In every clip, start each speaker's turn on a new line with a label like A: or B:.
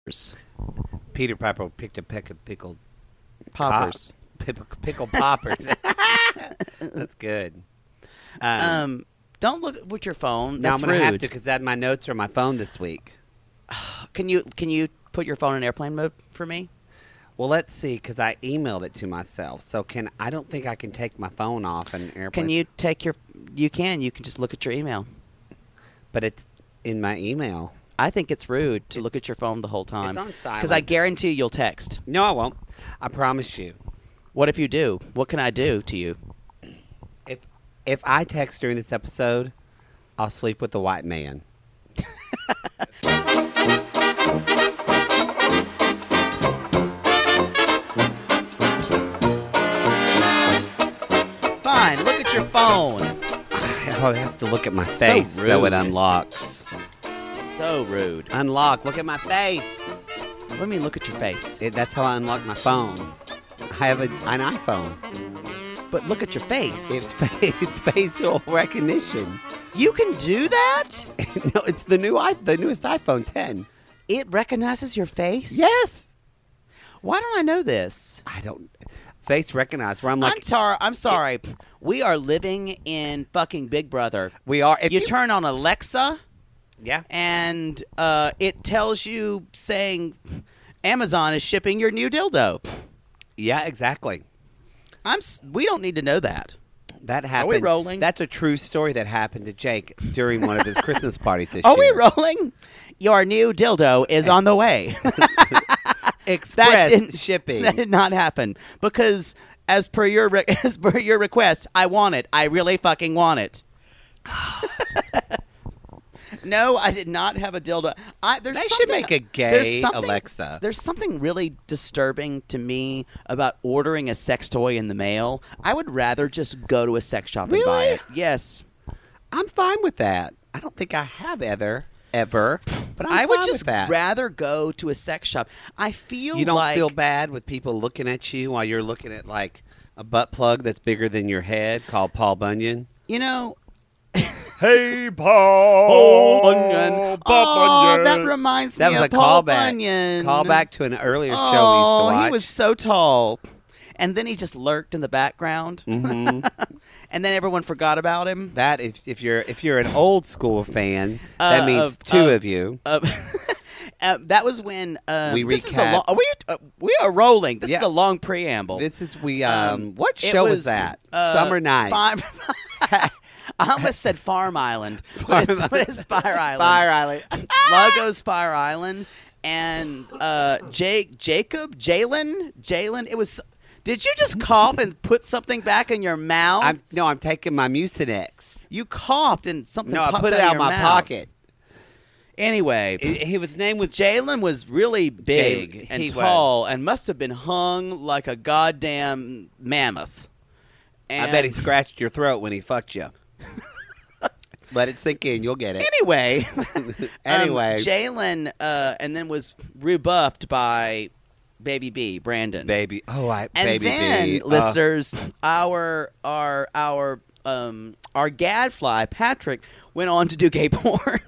A: poppers.
B: Peter Piper picked a peck of pickled
A: Poppers.
B: pop- pip- pickle poppers. That's good. Um,
A: Um, don't look at your phone.
B: now I'm
A: That's
B: gonna have
A: rude.
B: to because that my notes are on my phone this week.
A: Can you can you put your phone in airplane mode for me?
B: Well, let's see because I emailed it to myself. So can I don't think I can take my phone off an airplane.
A: Can you take your? You can. You can just look at your email.
B: But it's in my email.
A: I think it's rude to
B: It's-
A: look at your phone the whole time.
B: on silent.
A: Because I guarantee you'll text.
B: No, I won't. I promise you.
A: What if you do? What can I do to you?
B: If if I text during this episode, I'll sleep with the white man.
A: Fine. Look at your phone.
B: I have to look at my face so,
A: rude.
B: it unlocks.
A: So rude.
B: Unlock. Look at my face.
A: Let me look at your face.
B: It, that's how I unlock my phone. I have a, an iPhone.
A: But look at your face.
B: It's fa- it's facial recognition.
A: you can do that.
B: no, it's the new i the newest iPhone 10.
A: It recognizes your face.
B: Yes.
A: Why don't I know this?
B: I don't face recognize where I'm
A: I'm,
B: like
A: tar- I'm sorry. we are living in fucking Big Brother.
B: we are. If
A: you turn on Alexa,
B: yeah.
A: and uh, it tells you saying Amazon is shipping your new dildo.
B: Yeah, exactly.
A: I'm. s- We don't need to know that.
B: That happened.
A: we rolling?
B: That's a true story that happened to Jake during one of his Christmas parties this
A: Are we
B: year.
A: rolling? Your new dildo is on the way.
B: Express
A: didn't-
B: shipping.
A: that did not happen because, as per your re- as per your request, I want it. I really fucking want it. no, I did not have a dildo. I, there's
B: They should
A: something-
B: make a gay
A: there's something-
B: Alexa.
A: There's something really disturbing to me about ordering a sex toy in the mail. I would rather just go to a sex shop and buy
B: Really?
A: it. Yes.
B: I'm fine with that. I don't think I have ever ever, but I'm
A: i would
B: fine with
A: just
B: that.
A: rather go to a sex shop. I feel
B: you don't
A: like
B: feel bad with people looking at you while you're looking at like a butt plug that's bigger than your head called Paul Bunyan.
A: you know
B: Hey, Paul.
A: Oh, that reminds
B: That
A: me
B: was a
A: of Paul
B: callback.
A: Bunyan.
B: Callback to an earlier show we
A: Oh,
B: used to watch.
A: he was so tall, and then he just lurked in the background,
B: Mm-hmm.
A: and then everyone forgot about him.
B: that if, if you're if you're an old school fan,
A: Uh,
B: that means
A: of-
B: two
A: of-
B: of you.
A: Uh, uh, that was when um,
B: We
A: this is a
B: recap.
A: long, we, uh, we are rolling. This is
B: Yeah.
A: a long preamble.
B: This is we. Um,
A: Um,
B: what
A: it
B: show was, that?
A: uh,
B: Summer night.
A: Farm- I almost said Farm Island, but it's, but it's Fire Island.
B: Fire Island.
A: Lagos Fire Island, and uh, Jake, Jacob, Jalen, Jalen. It was. Did you just cough and put something back in your mouth?
B: I'm, no, I'm taking my Mucinex.
A: you coughed and something.
B: No, I
A: popped
B: put it
A: out,
B: out
A: of
B: of
A: your
B: my
A: mouth.
B: pocket.
A: Anyway,
B: It, he was named with
A: Jalen was really big
B: Jalen,
A: and
B: he
A: tall and must have been hung like a goddamn mammoth. And
B: I bet he scratched your throat when he fucked you. Let it sink in. You'll get it.
A: Anyway, Um,
B: Anyway,
A: Jalen, uh, and then was rebuffed by Baby B, Brandon.
B: baby. Oh, I
A: and
B: baby
A: then,
B: B. Uh,
A: listeners, our our our um our gadfly Patrick went on to do gay porn.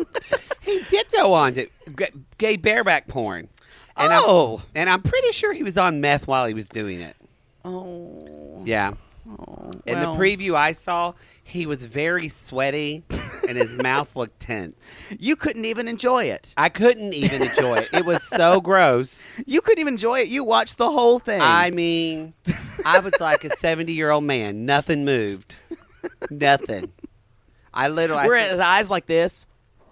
B: he did go on to g- gay bareback porn. And
A: Oh.
B: I'm, and I'm pretty sure he was on meth while he was doing it.
A: oh,
B: Yeah. In
A: well.
B: the preview I saw, he was very sweaty and his mouth looked tense.
A: you couldn't even enjoy it.
B: I couldn't even enjoy it. It was so gross.
A: You couldn't even enjoy it. You watched the whole thing.
B: I mean, I was like a 70 year old man. Nothing moved. Nothing. I literally.
A: Were
B: I
A: his eyes like this?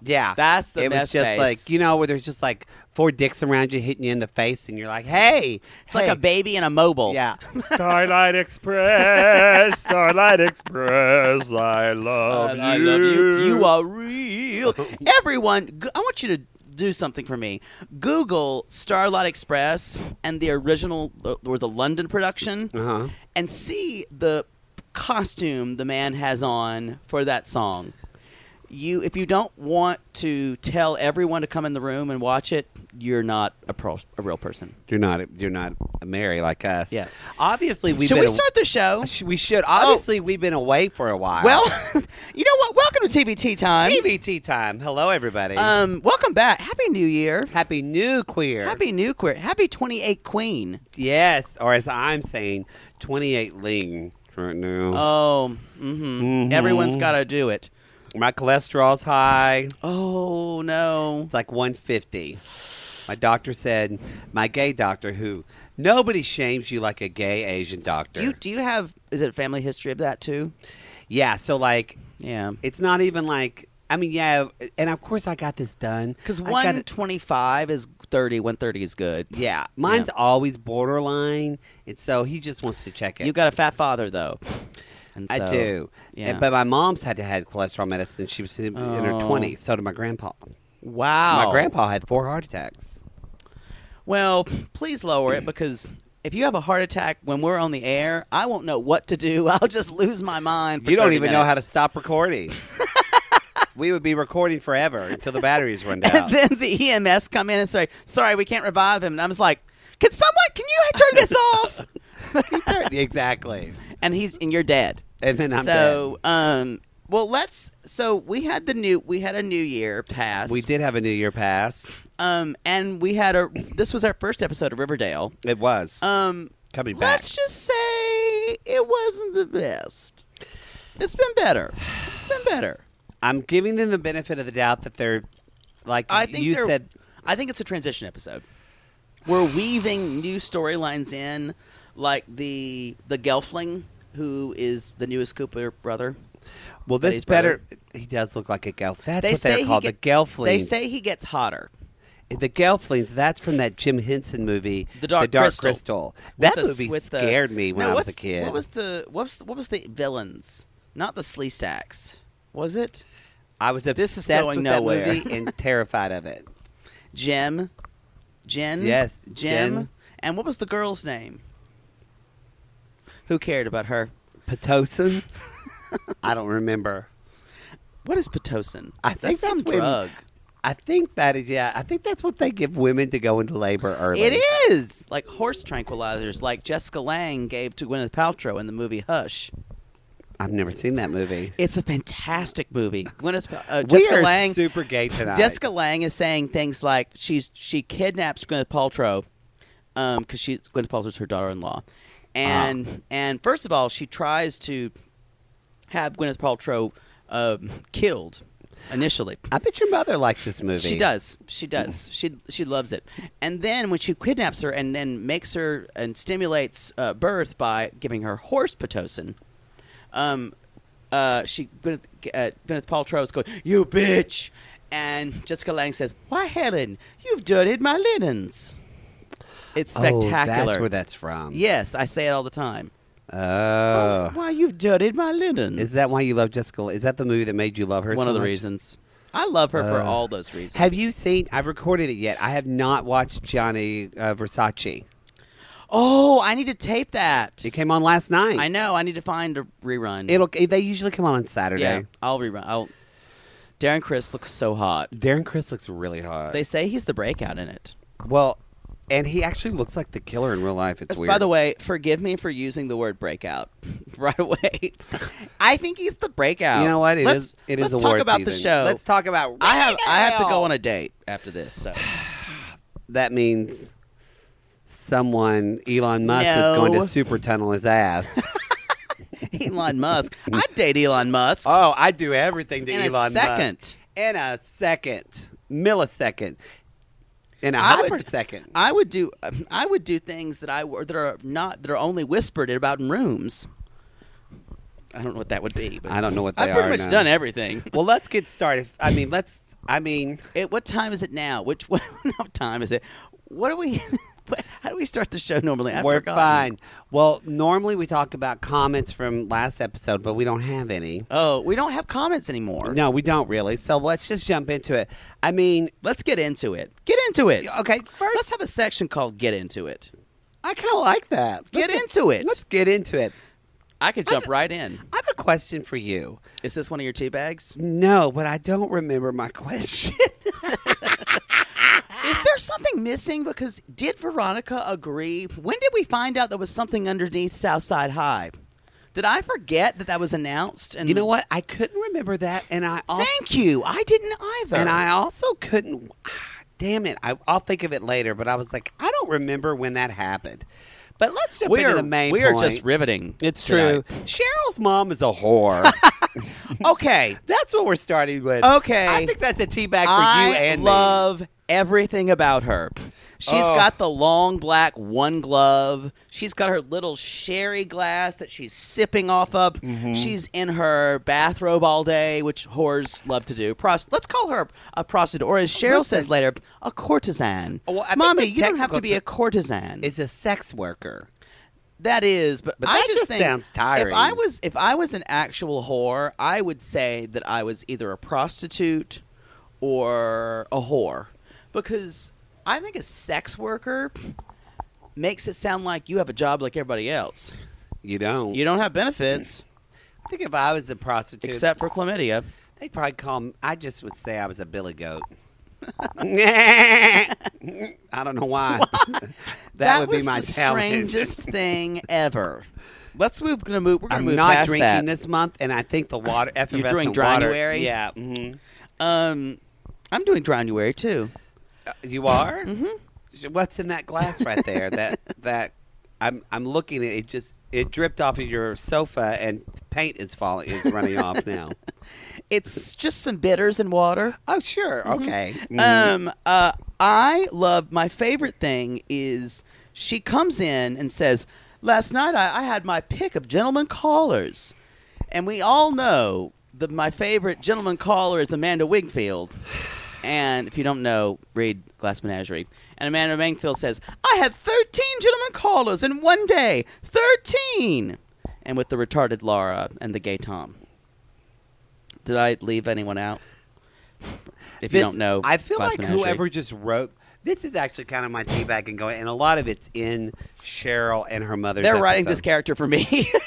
B: yeah.
A: that's the
B: It
A: meth
B: was just
A: face.
B: like, you know, where there's just like four dicks around you hitting you in the face, and you're like, hey.
A: It's like a baby in a mobile.
B: Yeah.
C: Starlight Express, Starlight Express, I love
A: And
C: you.
A: I love you. You are real. Everyone, go- I want you to do something for me. Google Starlight Express and the original uh, or the London production
B: Uh-huh.
A: and see the costume the man has on for that song. You if you don't want to tell everyone to come in the room and watch it, you're not a pro, a real person.
B: You're not. You're not marry like us.
A: Yeah.
B: Obviously, we've
A: Should
B: been.
A: we
B: a-
A: start the show?
B: Sh- we should. Obviously, we've been away for a while.
A: Well, you know what? Welcome to TBT time.
B: TBT time. Hello, everybody.
A: Um, welcome back. Happy New Year.
B: Happy New Queer.
A: Happy New Queer. Happy 28 Queen.
B: Yes, or as I'm saying, 28 Ling right now.
A: Oh, mm-hmm. everyone's got to do it.
B: My cholesterol's high.
A: Oh no.
B: It's like 150. My doctor said, my gay doctor, who nobody shames you like a gay Asian doctor.
A: Do you do you have? Is it family history of that too?
B: yeah, so like,
A: Yeah.
B: it's not even like, I mean, yeah, and of course I got this done.
A: Because
B: I got
A: one
B: it-
A: twenty five is thirty. One thirty is good.
B: yeah, mine's always borderline, and so he just wants to check it.
A: You got a fat father though. And
B: I
A: so-
B: do.
A: yeah.
B: And- but my mom's had to had cholesterol medicine. She was in, in her
A: Oh.
B: 20s. So did my grandpa.
A: Wow.
B: My grandpa had four heart attacks.
A: Well, please lower it because if you have a heart attack when we're on the air, I won't know what to do. I'll just lose my mind. For
B: You don't
A: 30
B: even know how to
A: minutes.
B: stop recording. we would be recording forever until the batteries run
A: And
B: down.
A: then the EMS come in and say, "Sorry, we can't revive him." And I'm just like, "Can someone? Can you turn this off?"
B: exactly.
A: and he's and you're dead.
B: And then I'm
A: so, um, well, let's. So we had the new. We had a new year pass.
B: dead. We did have a New Year pass.
A: Um, and we had a. This was our first episode of Riverdale.
B: It was.
A: Um,
B: Coming back.
A: let's just say it wasn't the best. It's been better. It's been better.
B: I'm giving them the benefit of the doubt that they're, like
A: I think
B: you
A: they're-
B: said,
A: I think it's a transition episode. We're weaving new storylines in, like the the Gelfling, who is the newest Cooper brother.
B: well, this
A: Betty's
B: better. He does look like a gelf. That's
A: They
B: what
A: say
B: they're
A: he
B: called,
A: get-
B: the gelfling.
A: They say he gets hotter.
B: The Gelflings, that's from that Jim Henson movie,
A: The Dark Crystal.
B: Crystal.
A: with
B: That
A: the-
B: movie
A: with the-
B: scared me when
A: No,
B: I was a
A: what's-
B: kid.
A: What was the what's what was the villains? Not the Sleestacks. Was it
B: I was obsessed
A: This is going
B: with
A: nowhere.
B: that movie and terrified of it.
A: Jim? Jen?
B: Yes,
A: Jim.
B: Jen.
A: And what was the girl's name? Who cared about her?
B: Pitocin? I don't remember.
A: What is pitocin?
B: I think
A: some
B: that's when-
A: drug.
B: I think that is yeah. I think that's what they give women to go into labor early.
A: It is like horse tranquilizers, like Jessica Lange gave to Gwyneth Paltrow in the movie Hush.
B: I've never seen that movie.
A: It's a fantastic movie. Gwyneth, Pal- uh,
B: we
A: Jessica
B: are
A: Lange
B: super gay tonight.
A: Jessica Lang is saying things like she's she kidnaps Gwyneth Paltrow because she's Gwyneth Paltrow's her daughter-in-law, and
B: Ah.
A: and first of all she tries to have Gwyneth Paltrow um, killed initially.
B: I bet your mother likes this movie.
A: She does. She does.
B: Mm.
A: she she loves it. And then when she kidnaps her and then makes her and stimulates uh, birth by giving her horse pitocin, um, uh, she Gwyneth, uh, Gwyneth Paltrow is going, "You bitch," and Jessica Lange says, "Why, Helen? You've dirtied my linens." It's spectacular.
B: Oh, that's where that's from.
A: yes, I say it all the time.
B: Oh.
A: Why you've dirtied my linens?
B: Is that why you love Jessica? Is that the movie that made you love her?
A: one
B: so
A: of the
B: much?
A: reasons? I love her for
B: Uh,
A: all those reasons.
B: Have you seen? I've recorded it yet. I have not watched Johnny uh, Versace.
A: Oh, I need to tape that.
B: It came on last night.
A: I know. I need to find a rerun.
B: It'll. They usually come on on Saturday.
A: yeah. I'll rerun. I'll. Darren Chris looks so hot.
B: Darren Chris looks really hot.
A: They say he's the breakout in it.
B: well, and he actually looks like the killer in real life. It's weird.
A: By the way, forgive me for using the word breakout right away. I think he's the breakout.
B: you know what? It is.
A: let's,
B: It is
A: let's
B: award
A: talk about the
B: season.
A: show.
B: Let's talk about.
A: I have I have to go on a date after this. So
B: That means someone Elon Musk
A: No.
B: is going to super tunnel his ass.
A: Elon Musk, I'd date Elon Musk
B: oh, I do everything to
A: in
B: Elon Musk.
A: a second.
B: in a second, millisecond, in a
A: I would-
B: hypersecond.
A: I would do I would do things that I were that are not that are only whispered about in rooms. I don't know what that would be. But
B: I don't know what they
A: I've pretty
B: are,
A: much
B: no.
A: done everything.
B: well, let's get started. I mean, let's. I mean,
A: It, what time is it now? Which what, what time is it? What are we? what- How do we start the show normally? I've
B: we're
A: forgotten.
B: fine. Well, normally we talk about comments from last episode, but we don't have any.
A: Oh, we don't have comments anymore.
B: No, we don't really. So let's just jump into it. I mean,
A: Let's get into it. Get into it.
B: okay, first,
A: Let's have a section called "Get Into It."
B: I kind of like that.
A: Get
B: Let's-
A: into it.
B: Let's get into it.
A: I could jump right in.
B: I have a question for you.
A: Is this one of your tea bags?
B: No, but I don't remember my question.
A: Is there something missing? Because did Veronica agree? When did we find out there was something underneath Southside High? Did I forget that that was announced? And
B: You know what? I couldn't remember that, and I also
A: Thank you. I didn't either.
B: and I also couldn't. ah, Damn it! I, I'll think of it later. But I was like, I don't remember when that happened. But let's jump
A: we
B: into
A: are
B: the main.
A: we are
B: point.
A: just riveting.
B: It's true. Cheryl's mom is a whore.
A: tonight. Okay.
B: that's what we're starting with.
A: Okay.
B: I think that's a tea bag for you
A: I
B: and
A: love everything about her. She's
B: Oh.
A: got the long black one glove. She's got her little sherry glass that she's sipping off of.
B: Mm-hmm.
A: She's in her bathrobe all day, which whores love to do. Prost- Let's call her a prostitute, or as Cheryl says later, a courtesan.
B: Oh, well, I think
A: Mommy,
B: the
A: you don't have to
B: technical
A: be a
B: ter-
A: courtesan.
B: me is a sex worker.
A: That is, but,
B: But
A: I
B: that
A: just
B: just
A: think
B: sounds tiring.
A: If I was if I was an actual whore, I would say that I was either a prostitute or a whore, because I think a sex worker makes it sound like you have a job like everybody else.
B: You don't.
A: You don't have benefits
B: I think if I was a prostitute,
A: except for chlamydia.
B: they'd probably call. Me, I just would say I was a billy goat. I don't know why. that, would
A: was
B: be my
A: the
B: talent.
A: strangest thing ever. Let's move. Gonna move. We're gonna
B: I'm
A: move
B: not
A: past
B: drinking
A: that.
B: this month, and I think the water. effervescent
A: doing
B: water-
A: January?
B: Yeah. mhm.
A: Um, I'm doing January too.
B: Uh, you are. mm-hmm. What's in that glass right there? that that I'm I'm looking at it. Just it dripped off of your sofa, and paint is falling is running off now.
A: It's just some bitters and water.
B: Oh sure, okay. Mm-hmm.
A: Um, uh, I love my favorite thing is she comes in and says, "Last night I, I had my pick of gentlemen callers," and we all know that my favorite gentleman caller is Amanda Wingfield. And if you don't know, read Glass Menagerie. And Amanda Wingfield says, "I had thirteen gentlemen callers in one day, thirteen, and with the retarded Laura and the gay Tom." Did I leave anyone out? If you
B: This-
A: don't know,
B: I feel
A: Glass
B: like
A: Menagerie.
B: whoever just wrote this is actually kind of my teabag and going, and a lot of it's in Cheryl and her mother.
A: They're writing this character for me.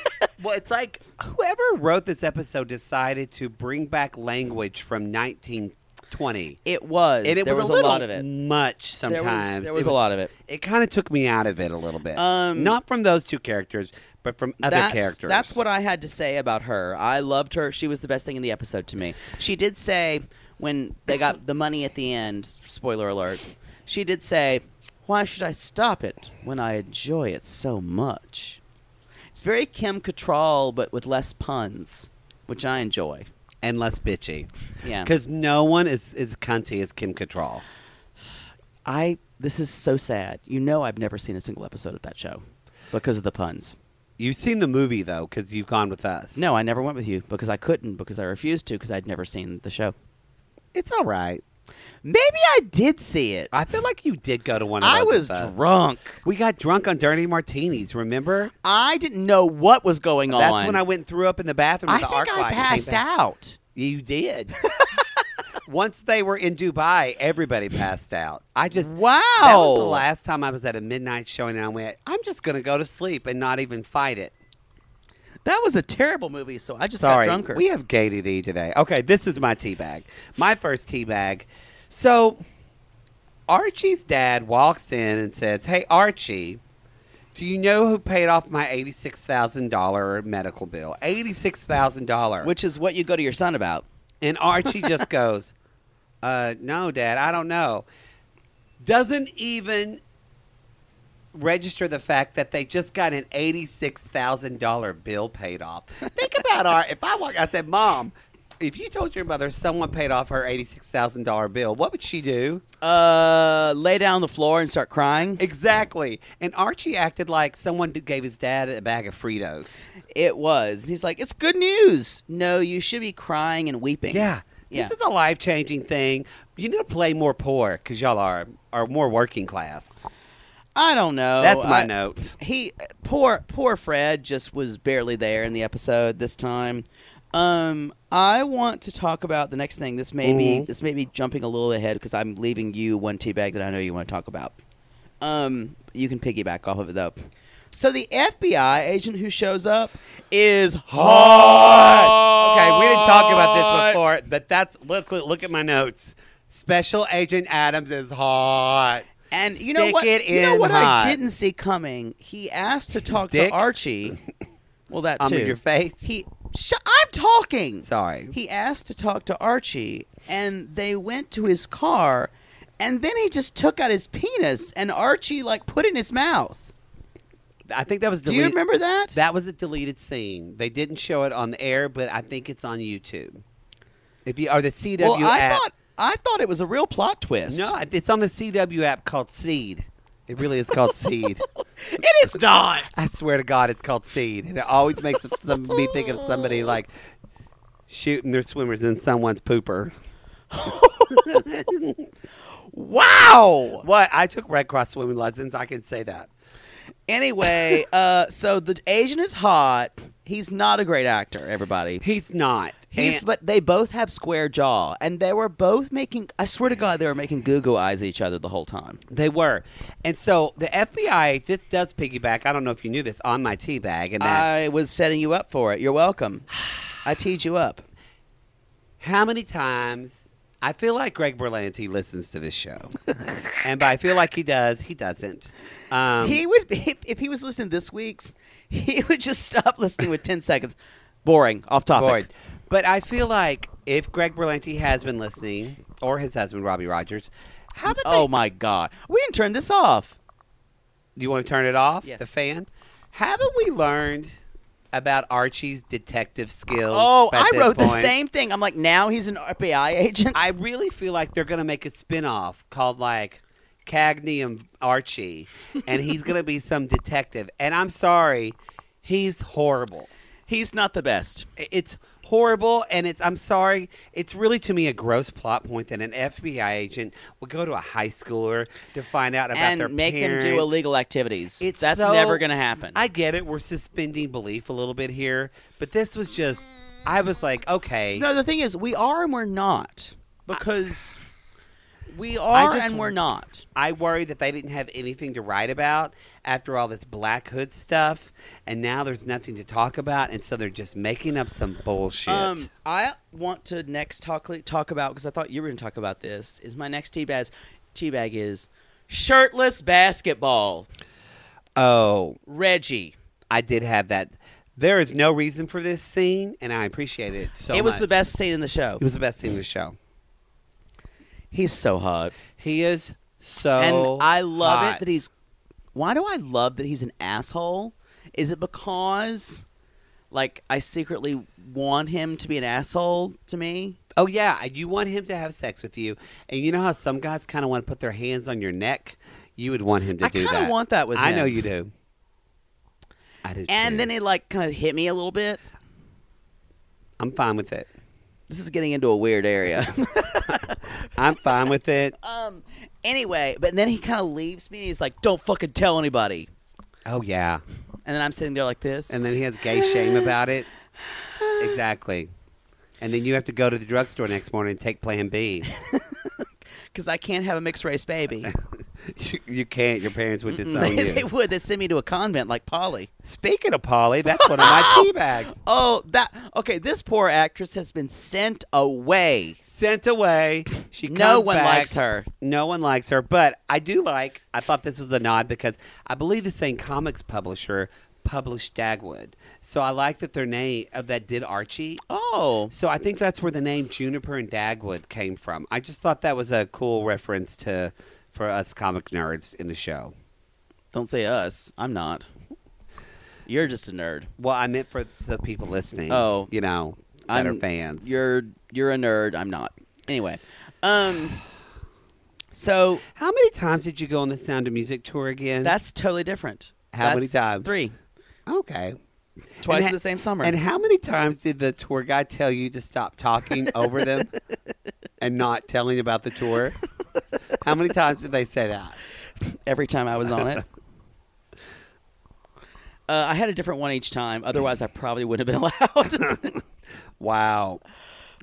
B: Well, it's like whoever wrote this episode decided to bring back language from 1920.
A: it was.
B: And it
A: there
B: was,
A: was,
B: a, little
A: lot of it.
B: much
A: There
B: sometimes.
A: was- There was,
B: It
A: a lot of it.
B: It kind of took me out of it a little bit.
A: Um,
B: Not from those two characters, but from other
A: that's,
B: characters.
A: That's what I had to say about her. I loved her. She was the best thing in the episode to me. She did say when they got the money at the end, spoiler alert, she did say, Why should I stop it when I enjoy it so much? It's very Kim Cattrall, but with less puns, which I enjoy.
B: and less bitchy.
A: Yeah.
B: Because no one is as cunty as Kim Cattrall.
A: I this is so sad. You know I've never seen a single episode of that show because of the puns.
B: You've seen the movie though, because you've gone with us.
A: No, I never went with you because I couldn't because I refused to because I'd never seen the show.
B: it's all right.
A: Maybe I did see it.
B: I feel like you did go to one. of
A: I
B: those
A: was
B: with us.
A: drunk.
B: We got drunk on dirty martinis. Remember?
A: I didn't know what was going on.
B: That's when I went and threw up in the bathroom.
A: I
B: With
A: think
B: the arc
A: I
B: light and came
A: passed
B: back.
A: out.
B: You did. Once they were in Dubai, everybody passed out. I just
A: Wow.
B: That was the last time I was at a midnight showing, and I went, "I'm just going to go to sleep and not even fight it."
A: That was a terrible movie, so I just
B: Sorry,
A: got drunker.
B: we have gated E today. Okay, this is my tea bag. My first tea bag. So Archie's dad walks in and says, "Hey Archie, do you know who paid off my eighty-six thousand dollar medical bill? Eighty-six thousand dollars."
A: Which is what you go to your son about.
B: And Archie just goes, uh, No, Dad, I don't know. Doesn't even register the fact that they just got an $86,000 bill paid off. Think about our, if I walk, I said, Mom, if you told your mother someone paid off her $86,000 bill, what would she do?
A: Uh, lay down on the floor and start crying.
B: Exactly. And Archie acted like someone d- gave his dad a bag of Fritos.
A: It was. And he's like, it's good news. No, you should be crying and weeping.
B: Yeah.
A: Yeah.
B: This is a life changing thing. You need to play more poor because y'all are, are more working class.
A: I don't know.
B: That's my
A: I-
B: note.
A: He poor poor Fred just was barely there in the episode this time. Um, I want to talk about the next thing. This may be
B: Mhm.
A: this may be jumping a little ahead because I'm leaving you one tea bag that I know you want to talk about. Um, you can piggyback off of it though. So the FBI agent who shows up is hot.
B: Okay, we didn't talk about this before, but that's look look, look at my notes. Special Agent Adams is hot.
A: And you know
B: Stick
A: what?
B: it
A: you know
B: in
A: what
B: hot.
A: I didn't see coming. He asked to talk
B: dick?
A: to Archie. Well, that
B: I'm
A: too.
B: in Um, your face.
A: He. Sh- I'm talking.
B: Sorry.
A: He asked to talk to Archie, and they went to his car, and then he just took out his penis, and Archie like put it in his mouth.
B: I think that was
A: Do
B: deleted.
A: you remember that?
B: That was a deleted scene. They didn't show it on the air, but I think it's on YouTube. If you or the CW
A: well, I
B: app.
A: thought I thought it was a real plot twist.
B: no, it's on the CW app called Seed. It really is called Seed.
A: it is not.
B: I swear to God, it's called Seed, and it always makes some, me think of somebody like shooting their swimmers in someone's pooper.
A: Wow.
B: What? I took Red Cross swimming lessons. I can say that.
A: Anyway, uh, so the Asian is hot. He's not a great actor. Everybody.
B: He's not.
A: He's,
B: And-
A: but they both have square jaw, and they were both making. I swear to God, they were making goo goo eyes at each other the whole time.
B: They were. And so the FBI, this does piggyback, I don't know if you knew this, on my tea bag. And that,
A: I was setting you up for it. You're welcome. I teed you up.
B: how many times, I feel like Greg Berlanti listens to this show. and by I feel like he does, he doesn't. Um,
A: he would if, if he was listening this week's, he would just stop listening with ten seconds. Boring. Off topic.
B: bored. But I feel like if Greg Berlanti has been listening, or his husband, Robbie Rogers, how about
A: Oh
B: they,
A: my God. We didn't turn this off.
B: do you want to turn it off,
A: Yes.
B: the fan? Haven't we learned about Archie's detective skills?
A: Oh,
B: at
A: I
B: this
A: wrote the
B: point?
A: same thing. I'm like, now he's an FBI agent.
B: I really feel like they're going to make a spin-off called like Cagney and Archie and he's going to be some detective. And I'm sorry, he's horrible.
A: he's not the best.
B: I- It's horrible and it's I'm sorry, it's really to me a gross plot point that an FBI agent would go to a high schooler to find out about their
A: And make
B: parents.
A: him do illegal activities.
B: It's
A: That's
B: so-
A: never going to happen.
B: I get it. We're suspending belief a little bit here, but this was just I was like, okay.
A: No, the thing is, we are and we're not because we
B: I
A: are
B: just-
A: and we're not.
B: I worry that they didn't have anything to write about after all this Black Hood stuff, and now there's nothing to talk about, and so they're just making up some bullshit.
A: Um, I want to next talk talk about because I thought you were going to talk about this. Is my next tea bag tea bag is shirtless basketball.
B: oh,
A: Reggie.
B: I did have that. There is no reason for this scene, and I appreciate it so
A: it was
B: much.
A: the best scene in the show.
B: It was the best scene in the show.
A: He's so hot,
B: He is so.
A: and I love
B: Oh, hot.
A: it that he's. Why do I love that he's an asshole? Is it because, like, I secretly want him to be an asshole to me?
B: Oh yeah, you want him to have sex with you, and you know how some guys kind of want to put their hands on your neck. You would want him to
A: I
B: do
A: kinda
B: that.
A: want that with
B: I know
A: him.
B: you do. I do.
A: And
B: too.
A: then it like kind of hit me a little bit.
B: I'm fine with it.
A: This is getting into a weird area.
B: I'm fine with it.
A: um. Anyway, but then he kind of leaves me. and He's like, "Don't fucking tell anybody."
B: Oh yeah.
A: And then I'm sitting there like this.
B: And then he has gay shame about it. Exactly. And then you have to go to the drugstore next morning and take Plan B.
A: because I can't have a mixed race baby.
B: you, you can't. Your parents would disown
A: they, they
B: you.
A: would. They send me to a convent like Polly.
B: Speaking of Polly, that's one of my tea bags.
A: Oh, that okay. This poor actress has been sent away.
B: Sent away. She comes
A: no one
B: back.
A: likes her.
B: No one likes her, but I do like. I thought this was a nod because I believe the same comics publisher published Dagwood, so I like that their name uh, that did Archie.
A: Oh,
B: So I think that's where the name Juniper and Dagwood came from. I just thought that was a cool reference to for us comic nerds in the show.
A: don't say us. I'm not. You're just a nerd.
B: Well, I meant for the people listening.
A: Oh.
B: you know, that
A: I'm-
B: are fans.
A: You're you're a nerd. I'm not. Anyway, um, so
B: How many times did you go on the Sound of Music tour again?
A: that's totally different.
B: How many
A: That's
B: times?
A: Three.
B: okay.
A: Twice
B: And
A: in
B: ha-
A: the same summer.
B: And how many times did the tour guide tell you to stop talking over them and not telling about the tour? How many times did they say that?
A: every time I was on it. Uh, I had a different one each time. Otherwise, I probably wouldn't have been allowed.
B: Wow.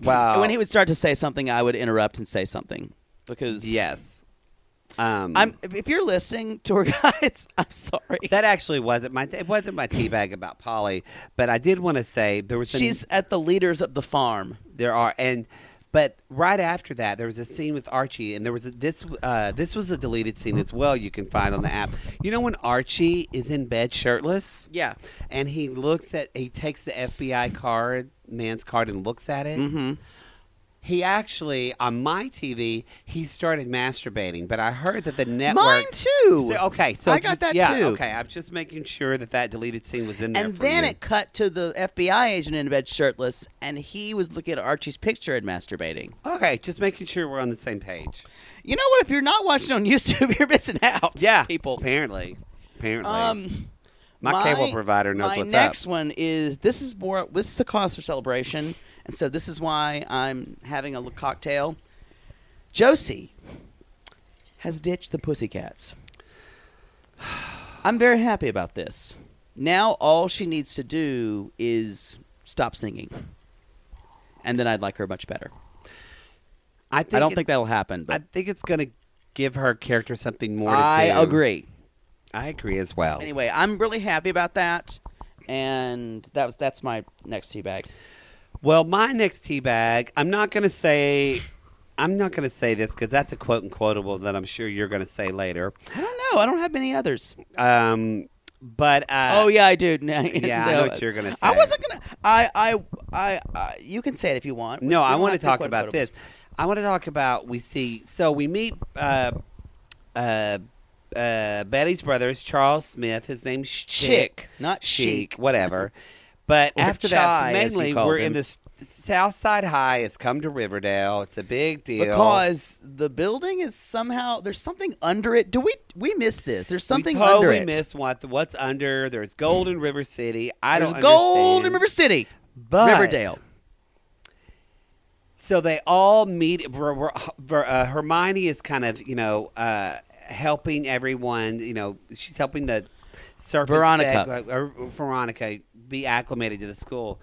B: Wow.
A: when he would start to say something, I would interrupt and say something because
B: yes. Um,
A: I'm. if- If you're listening, tour guides, I'm sorry.
B: that actually wasn't my it wasn't my tea bag about Polly, but I did want to say there was some,
A: She's at the leaders of the farm.
B: there are and But right after that, there was a scene with Archie, and there was a, this. Uh, this was a deleted scene as well. You can find on the app. You know when Archie is in bed shirtless,
A: Yeah.
B: and he looks at, he takes the FBI card, man's card, and looks at it.
A: Mm-hmm.
B: He actually on my TV, he started masturbating. But I heard that the network.
A: Mine too.
B: So- okay, so
A: I got that
B: yeah,
A: too.
B: Okay, I'm just making sure that that deleted scene was in there.
A: and
B: for
A: then
B: you.
A: it cut to the FBI agent in bed shirtless, and he was looking at Archie's picture and masturbating.
B: Okay, just making sure we're on the same page.
A: You know what? If you're not watching on YouTube, you're missing out.
B: Yeah,
A: people.
B: Apparently, apparently,
A: Um,
B: my, cable provider knows
A: my
B: what's
A: next
B: up.
A: one is this is more this is a cause for celebration, and so this is why I'm having a little cocktail. Josie has ditched the Pussycats. I'm very happy about this. Now all she needs to do is stop singing, and then I'd like her much better.
B: I, think
A: I don't
B: it's-
A: think that'll happen,
B: I
A: but
B: think it's gonna give her character something more. to
A: I,
B: do. Oh.
A: agree.
B: I agree as well.
A: Anyway, I'm really happy about that, and that was that's my next tea bag.
B: Well, my next tea bag. I'm not gonna say. I'm not gonna say this because that's a quote and quotable that I'm sure you're gonna say later.
A: I don't know. I don't have many others.
B: Um, but uh,
A: oh yeah, I do. No,
B: yeah, I know what you're gonna say.
A: I wasn't gonna. I, I, I, I. You can say it if you want.
B: No, I
A: want to
B: talk about this. I want to talk about we see. So we meet uh, uh, uh, Betty's brothers, Charles Smith. His name's
A: Chick,
B: Chick,
A: not
B: Chic,
A: Chic.
B: whatever. But
A: Or
B: after
A: Chai,
B: that,
A: as you
B: mainly
A: called
B: we're
A: him.
B: in this South Side High has come to Riverdale. It's a big deal
A: Because the building is somehow there's something under it. Do we we miss this? There's something
B: we totally
A: under it.
B: miss what what's under. There's gold in River City. I
A: There's
B: don't
A: gold
B: understand.
A: in River City,
B: But-
A: Riverdale.
B: So they all meet. Ver, Ver, Ver, uh, Hermione is kind of, you know, uh, helping everyone. You know, she's helping the serpent
A: Veronica.
B: seg- uh, uh, Veronica be acclimated to the school.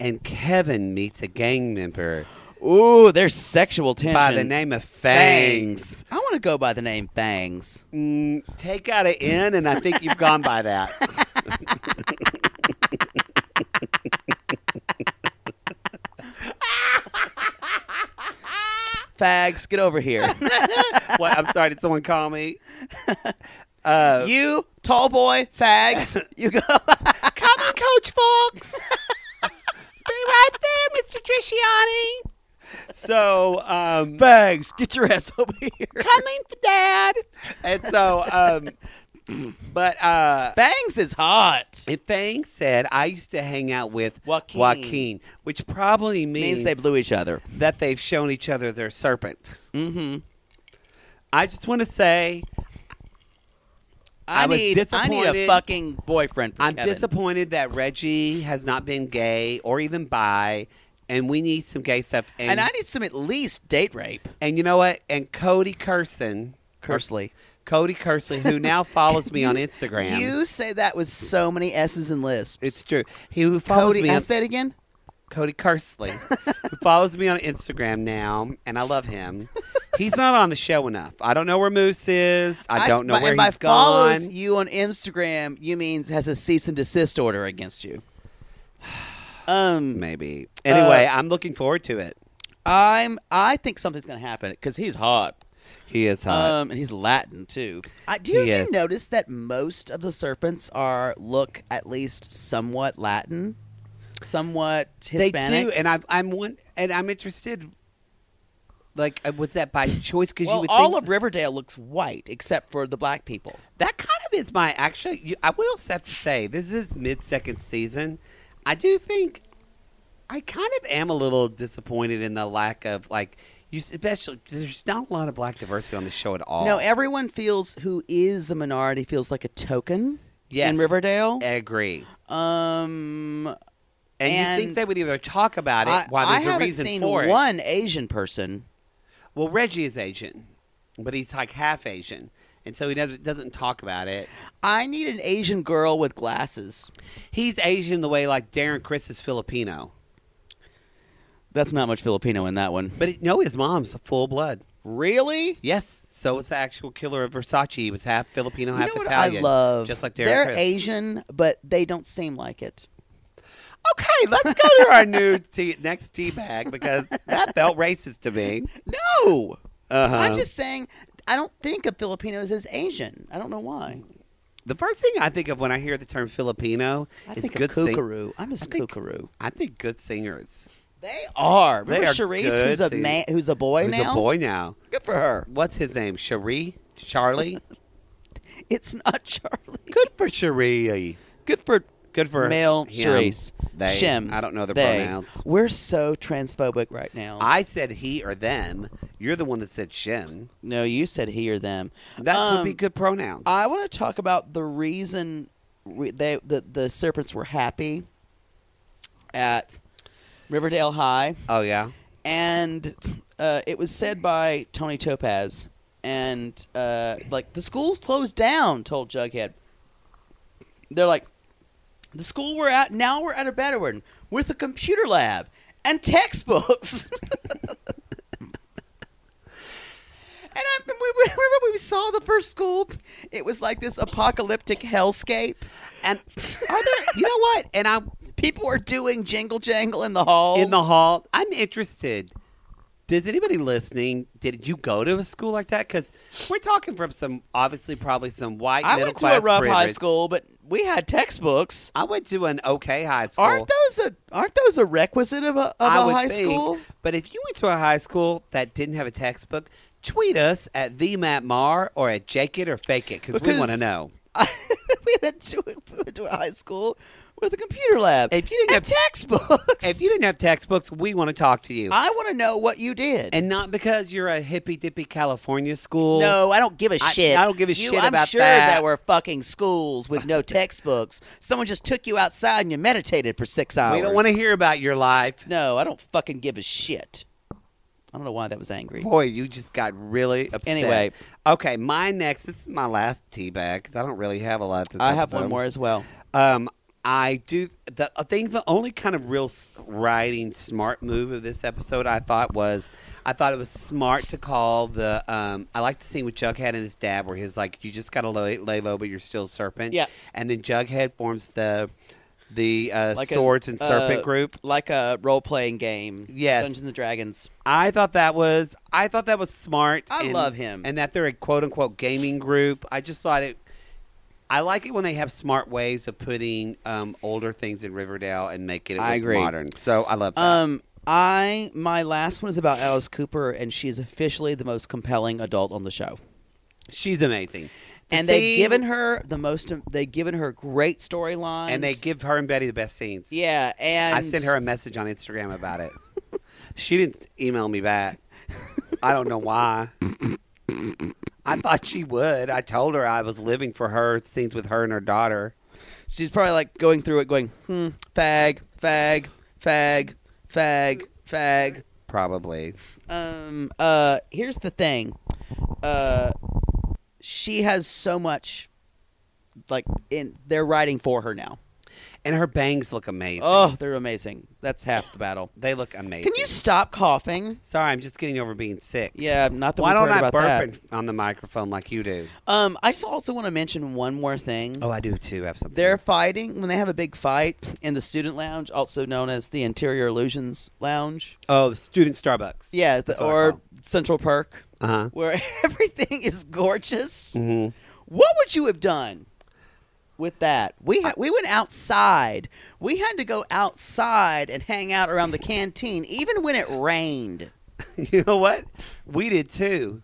B: And Kevin meets a gang member
A: Ooh, there's sexual tension.
B: by the name of Fangs.
A: I want to go by the name Fangs.
B: Mm, take out an N, and I think you've gone by that.
A: Fags, get over here.
B: what? I'm sorry. Did someone call me? Uh,
A: you tall boy, fags. You go.
B: Come on, Coach Fox. Be right there, Mr. Trisciani. So, um,
A: Fags, get your ass over here.
B: coming for Dad. And so, um, but uh,
A: Fangs is hot.
B: and Fang said I used to hang out with
A: Joaquin.
B: Joaquin, which probably means,
A: means they blew each other.
B: that they've shown each other their serpent.
A: Mm-hmm.
B: I just want to say, I, was
A: need, I
B: disappointed.
A: need a fucking boyfriend. For
B: I'm
A: Kevin.
B: disappointed that Reggie has not been gay or even bi, and we need some gay stuff. And,
A: And I need some at least date rape.
B: and you know what? And Cody Curson,
A: Cursley.
B: Cody Cursley, who now follows me on
A: You-
B: Instagram.
A: You say that with so many S's and lisps.
B: it's true. He who follows
A: Cody.
B: me
A: I
B: on
A: said again.
B: Cody Cursley, who follows me on Instagram now, and I love him. He's not on the show enough. I don't know where Moose is. I don't know
A: by-
B: where
A: and
B: he's
A: by
B: gone.
A: follows you on Instagram, you means has a cease and desist order against you. Um,
B: Maybe. Anyway,
A: Uh,
B: I'm looking forward to it.
A: I'm. I think something's gonna happen because he's hot.
B: He is uh, hot.
A: Um, and he's Latin too. I, do you,
B: He
A: have
B: is.
A: you notice that most of the serpents are look at least somewhat Latin, somewhat Hispanic?
B: They do, and I'm I'm one, and I'm interested. Like, uh, was that by choice? Because you
A: Well,
B: would
A: all
B: think
A: of Riverdale looks white except for the black people.
B: that kind of is my actually. You, I will have to say, this is mid second season. I do think I kind of am a little disappointed in the lack of like you. Especially, there's not a lot of black diversity on the show at all.
A: No, everyone feels who is a minority feels like a token
B: Yes.
A: in Riverdale.
B: I agree.
A: Um,
B: And,
A: And
B: you think they would either talk about it?
A: I,
B: why
A: I
B: there's a
A: haven't
B: reason
A: seen
B: for it?
A: one Asian person.
B: Well, Reggie is Asian, but he's like half Asian, and so he doesn't doesn't talk about it.
A: I need an Asian girl with glasses.
B: He's Asian the way like Darren Chris is Filipino,
A: That's not much Filipino in that one.
B: but it, no, his mom's full blood.
A: Really?
B: Yes, so it's the actual killer of Versace. He was half Filipino,
A: You
B: half
A: know what
B: Italian.
A: I love?
B: just like Darren
A: They're
B: Criss.
A: Asian, but they don't seem like it.
B: okay, let's go to our new tea, next tea bag because that felt racist to me.
A: No,
B: Uh-huh.
A: I'm just saying. I don't think of Filipinos as Asian. I don't know why.
B: the first thing I think of when I hear the term Filipino
A: I
B: is
A: think
B: good
A: of
B: sing-
A: kookaroo. I'm a
B: I think-
A: kookaroo.
B: I think good singers.
A: They are.
B: They
A: Remember
B: are
A: Charisse,
B: good
A: who's a
B: singers.
A: man, who's a boy
B: Who's
A: now.
B: a boy now.
A: Good for her.
B: What's his name? Cherie? Charlie?
A: It's not Charlie.
B: good for Cherie.
A: Good for
B: Good for
A: male
B: him.
A: Charisse.
B: They.
A: Shim.
B: I don't know their
A: they.
B: pronouns.
A: We're so transphobic right now.
B: I said he or them. You're the one that said shim.
A: no, you said he or them.
B: That would
A: Um,
B: be good pronouns.
A: I want to talk about the reason we, they the, the serpents were happy at Riverdale High,
B: oh yeah.
A: and uh, it was said by Tony Topaz, and uh, like the school's closed down, told Jughead. They're like, the school we're at now we're at a better one with a computer lab and textbooks. And I we- we- remember when we saw the first school, it was like this apocalyptic hellscape.
B: And are there? you know what? And I'm
A: People were doing jingle jangle in the halls.
B: in the hall. I'm interested. Does anybody listening? Did you go to a school like that? Because we're talking from some obviously probably some white
A: I
B: middle
A: went to
B: class
A: a rough high
B: privilege.
A: school, but we had textbooks.
B: I went to an okay high school.
A: Aren't those a aren't those a requisite of a, of
B: I
A: a
B: would
A: high
B: think.
A: school?
B: But if you went to a high school that didn't have a textbook, tweet us at the Matt Mar or at Jake It or Fake It because we
A: Because-
B: want to know.
A: we went to we went to a high school with a computer lab
B: If you didn't
A: and
B: have-
A: textbooks.
B: If you didn't have textbooks, we want to talk to you.
A: I want to know what you did.
B: and not because you're a hippy dippy California school.
A: No, I don't give a
B: I-
A: shit.
B: I don't give a
A: You-
B: shit
A: I'm
B: about
A: sure
B: that.
A: that were fucking schools with no textbooks. Someone just took you outside and you meditated for six hours.
B: we don't want to hear about your life.
A: No, I don't fucking give a shit. I don't know why that was angry.
B: Boy, you just got really upset.
A: Anyway.
B: okay, my next. This is my last tea bag 'cause I don't really have a lot. This
A: I have one
B: episode.
A: more as well.
B: Um, I do. The, I think the only kind of real s- writing smart move of this episode, I thought was, I thought it was smart to call the. Um, I like the scene with Jughead and his dad where he's like, "You just gotta lay, lay low, but you're still a serpent."
A: Yeah.
B: And then Jughead forms the, the uh,
A: Like a,
B: swords and serpent
A: uh,
B: group.
A: Like a role playing game.
B: Yes.
A: Dungeons and Dragons.
B: I thought that was. I thought that was smart.
A: I love him.
B: And that they're a quote unquote gaming group. I just thought it. I like it when they have smart ways of putting um, older things in Riverdale and making it
A: I
B: with
A: agree.
B: modern. So I love that.
A: Um I my last one is about Alice Cooper and she is officially the most compelling adult on the show.
B: She's amazing. The
A: And they've
B: scene-
A: given her the most they've given her great storylines.
B: and they give her and Betty the best scenes.
A: Yeah, and
B: I sent her a message on Instagram about it. she didn't email me back. I don't know why. I thought she would. I told her I was living for her scenes with her and her daughter.
A: She's probably like going through it, going, hmm, fag, fag, fag, fag, fag.
B: Probably.
A: Um, uh, here's the thing. Uh, she has so much, like, in they're writing for her now.
B: And her bangs look amazing.
A: Oh, they're amazing. That's half the battle.
B: They look amazing.
A: Can you stop coughing?
B: Sorry, I'm just getting over being sick.
A: Yeah, not that
B: Why
A: we've
B: don't
A: heard
B: I
A: about that.
B: burp in- on the microphone like you do?
A: Um, I just also want to mention one more thing.
B: Oh, I do too. Have something.
A: They're fighting when they have a big fight in the student lounge, also known as the interior illusions lounge.
B: oh, the student Starbucks.
A: Yeah, the,
B: That's what I
A: or
B: call
A: Central Perk,
B: Uh huh.
A: where everything is gorgeous.
B: hmm
A: What would you have done with that? We ha- we went outside. We had to go outside and hang out around the canteen, even when it rained.
B: you know what? We did too.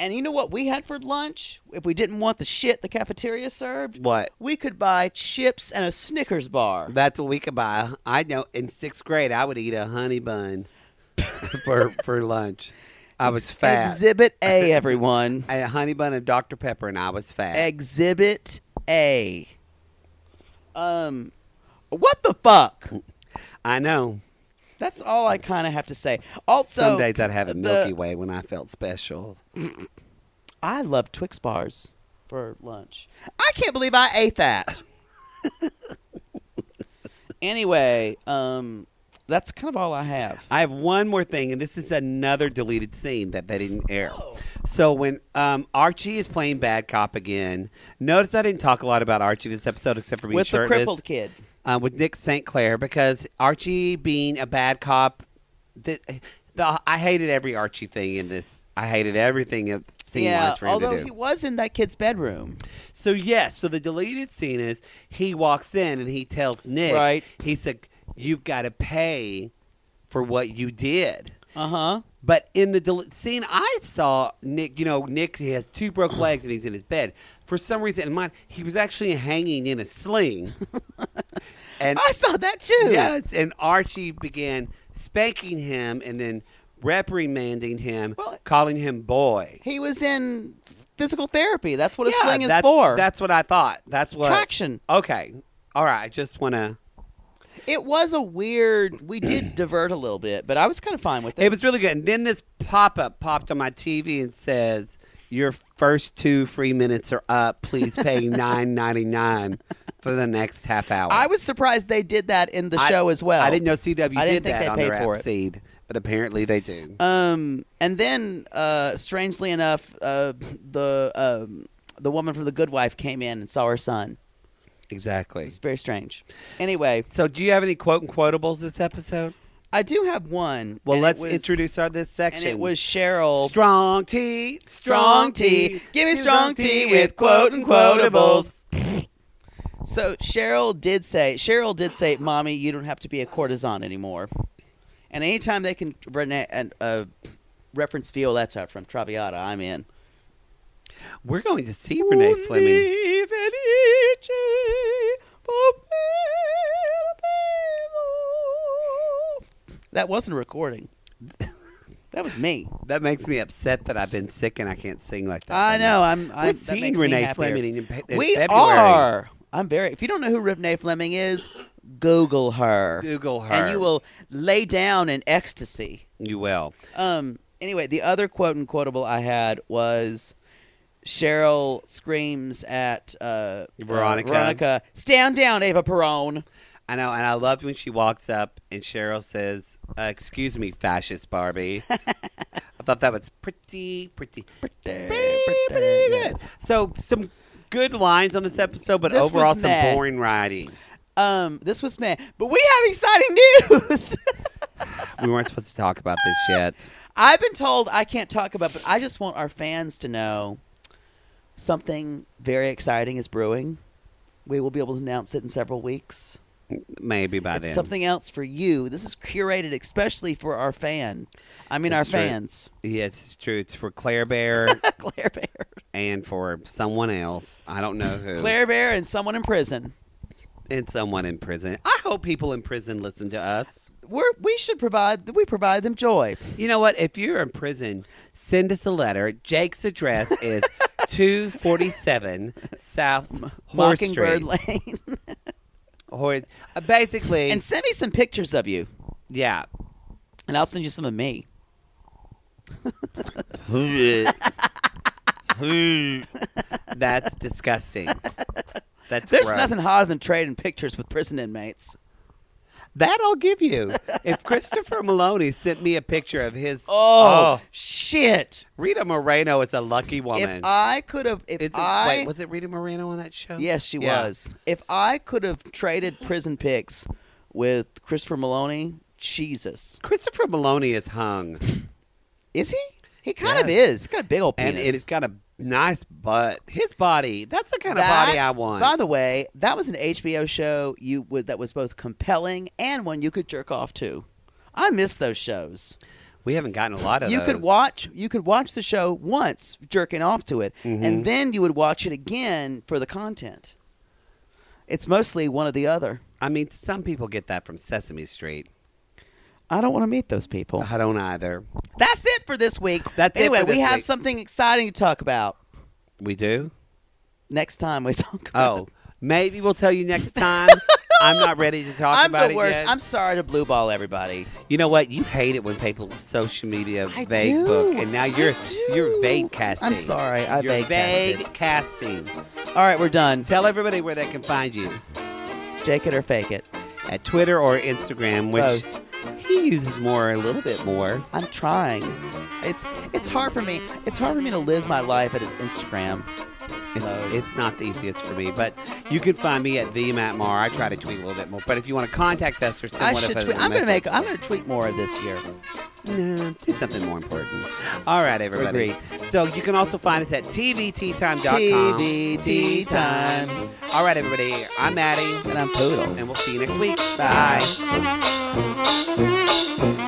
A: And you know what we had for lunch? If we didn't want the shit the cafeteria served,
B: What?
A: we could buy chips and a Snickers bar.
B: That's what we could buy. I know. In sixth grade, I would eat a honey bun for for lunch. I was fat.
A: Exhibit A, everyone.
B: a honey bun and Dr Pepper, and I was fat.
A: Exhibit A. Um, what the fuck?
B: I know.
A: That's all I kind of have to say. Also,
B: Some days I'd have a
A: the-
B: Milky Way when I felt special.
A: I love Twix bars for lunch. I can't believe I ate that. anyway, um, that's kind of all I have.
B: I have one more thing, and this is another deleted scene that they didn't air.
A: Oh.
B: So when um, Archie is playing bad cop again, notice I didn't talk a lot about Archie this episode except for being
A: With the
B: shirtless.
A: crippled kid,
B: uh, with Nick St. Clair because Archie being a bad cop, the, the, I hated every Archie thing in this. I hated everything of scene
A: yeah,
B: wise for him to
A: although
B: do.
A: he was in that kid's bedroom.
B: So yes, so the deleted scene is he walks in and he tells Nick,
A: Right.
B: He said, "You've got to pay for what you did."
A: Uh huh.
B: But in the del- scene I saw, Nick, you know, Nick he has two broke legs and he's in his bed. For some reason, in mine, he was actually hanging in a sling. and
A: I saw that too.
B: yes, and Archie began spanking him and then reprimanding him,
A: Well-
B: calling him boy.
A: He was in physical therapy. That's what a
B: Yeah,
A: sling is
B: that-
A: for.
B: That's what I thought. That's what
A: traction.
B: Okay. All right. I just want to.
A: It was a weird. We did divert a little bit, but I was kind of fine with it.
B: It was really good. And then this pop up popped on my TV and says, "Your first two free minutes are up. Please pay nine ninety nine for the next half hour."
A: I was surprised they did that in the
B: I-
A: show as well.
B: I didn't know CW
A: I
B: did
A: didn't think
B: that
A: they
B: on
A: paid
B: their
A: for
B: app
A: it.
B: seed, but apparently they do.
A: Um, and then, uh, strangely enough, uh, the um, the woman from The Good Wife came in and saw her son.
B: exactly.
A: It's very strange. Anyway,
B: So, do you have any quote and quotables this episode?
A: I do have one.
B: Well,
A: and it
B: let's
A: was-
B: introduce our this
A: And
B: section.
A: it was Cheryl.
B: Strong tea,
A: Strong tea. Give me strong tea with quote and quotables. So Cheryl did say, Cheryl did say, "Mommy, you don't have to be a courtesan anymore." And anytime they can rena- and, uh, reference Violetta from Traviata, I'm in.
B: We're going to see Renee Fleming.
A: That wasn't a recording. that was me.
B: That makes me upset that I've been sick and I can't sing like that.
A: I
B: right
A: know.
B: now.
A: I'm. I'm
B: We're
A: that
B: seeing
A: makes me
B: Renee
A: happier.
B: Fleming in, Pe- in
A: we
B: February.
A: are. I'm very. If you don't know who Renee Fleming is, Google her,
B: Google her.
A: and you will lay down in ecstasy.
B: You will.
A: Um. Anyway, the other quote and quotable I had was Cheryl screams at uh,
B: Veronica.
A: Uh, Veronica, stand down, Ava Perone.
B: I know. And I loved when she walks up and Cheryl says, uh, "Excuse me, fascist Barbie." I thought that was pretty, pretty,
A: Pretty,
B: pretty good. So some good lines on this episode, but
A: This was
B: overall some
A: meh.
B: boring writing.
A: Um, this was man, but we have exciting news.
B: We weren't supposed to talk about this yet.
A: I've been told I can't talk about, but I just want our fans to know something very exciting is brewing. We will be able to announce it in several weeks.
B: Maybe by
A: it's
B: then.
A: something else for you. This is curated especially for our fan. I mean,
B: That's
A: our
B: true.
A: fans,
B: Yes, it's true. It's for Claire Bear
A: Claire Bear,
B: and for someone else. I don't know who.
A: Claire Bear, and someone in prison.
B: and someone in prison. I hope people in prison listen to us.
A: We're, we should provide we provide them joy.
B: You know what? If you're in prison, send us a letter. Jake's address is 247 South Horse
A: Mockingbird
B: Street.
A: Lane,
B: Hor- uh, basically,
A: and send me some pictures of you,
B: yeah.
A: and I'll send you some of me.
B: That's disgusting. That's
A: There's
B: gross.
A: nothing hotter than trading pictures with prison inmates.
B: that I'll give you. If Christopher Maloney sent me a picture of his,
A: Oh, shit!
B: Rita Moreno is a lucky woman.
A: If I could have, if
B: Oh, Is it-
A: I
B: wait, was it Rita Moreno on that show?
A: yes, she
B: Yeah.
A: was. If I could have traded prison pics with Christopher Maloney, Jesus,
B: Christopher Maloney is hung,
A: is he? He kind of
B: Yes.
A: is. He's got a big old penis.
B: and it's got a nice butt. His body—that's the kind
A: That-
B: of body I want.
A: By the way, that was an HBO show you would that was both compelling and one you could jerk off to. I miss those shows.
B: we haven't gotten a lot of
A: you
B: those.
A: could watch you could watch the show once jerking off to it
B: Mm-hmm.
A: and then you would watch it again for the content it's mostly one or the other
B: I mean, some people get that from Sesame Street.
A: i don't want to meet those people
B: I don't either.
A: that's it for this week
B: That's it
A: anyway
B: for
A: we
B: this
A: have
B: week.
A: something exciting to talk about
B: We do.
A: next time we talk
B: Oh,
A: about
B: maybe we'll tell you next time. I'm not ready to talk
A: i'm
B: about
A: the
B: it
A: worst
B: yet.
A: i'm sorry to blue ball everybody
B: You know what? You hate it when people social media
A: I
B: vague
A: do.
B: book, and now you're
A: I
B: you're
A: do.
B: vague casting.
A: I'm sorry, I
B: you're
A: vague-casted.
B: vague casting.
A: all right we're done
B: Tell everybody where they can find you
A: jake it or fake it
B: at Twitter or Instagram, which
A: Both.
B: he uses more a little bit more.
A: i'm trying it's it's hard for me it's hard for me to live my life at instagram
B: It's, it's not the easiest for me, but you can find me at the Matt Maher. I try to tweet a little bit more, but if you want to contact us or send
A: I
B: one
A: should
B: of us
A: tweet.
B: a
A: I'm gonna
B: message-
A: make. I'm gonna tweet more of this year.
B: no, do something more important. All right, everybody. So you can also find us at tvtime.com.
A: TVT time.
B: All right, everybody. I'm Maddie,
A: And I'm poodle.
B: and we'll see you next week.
A: Bye.
B: Bye.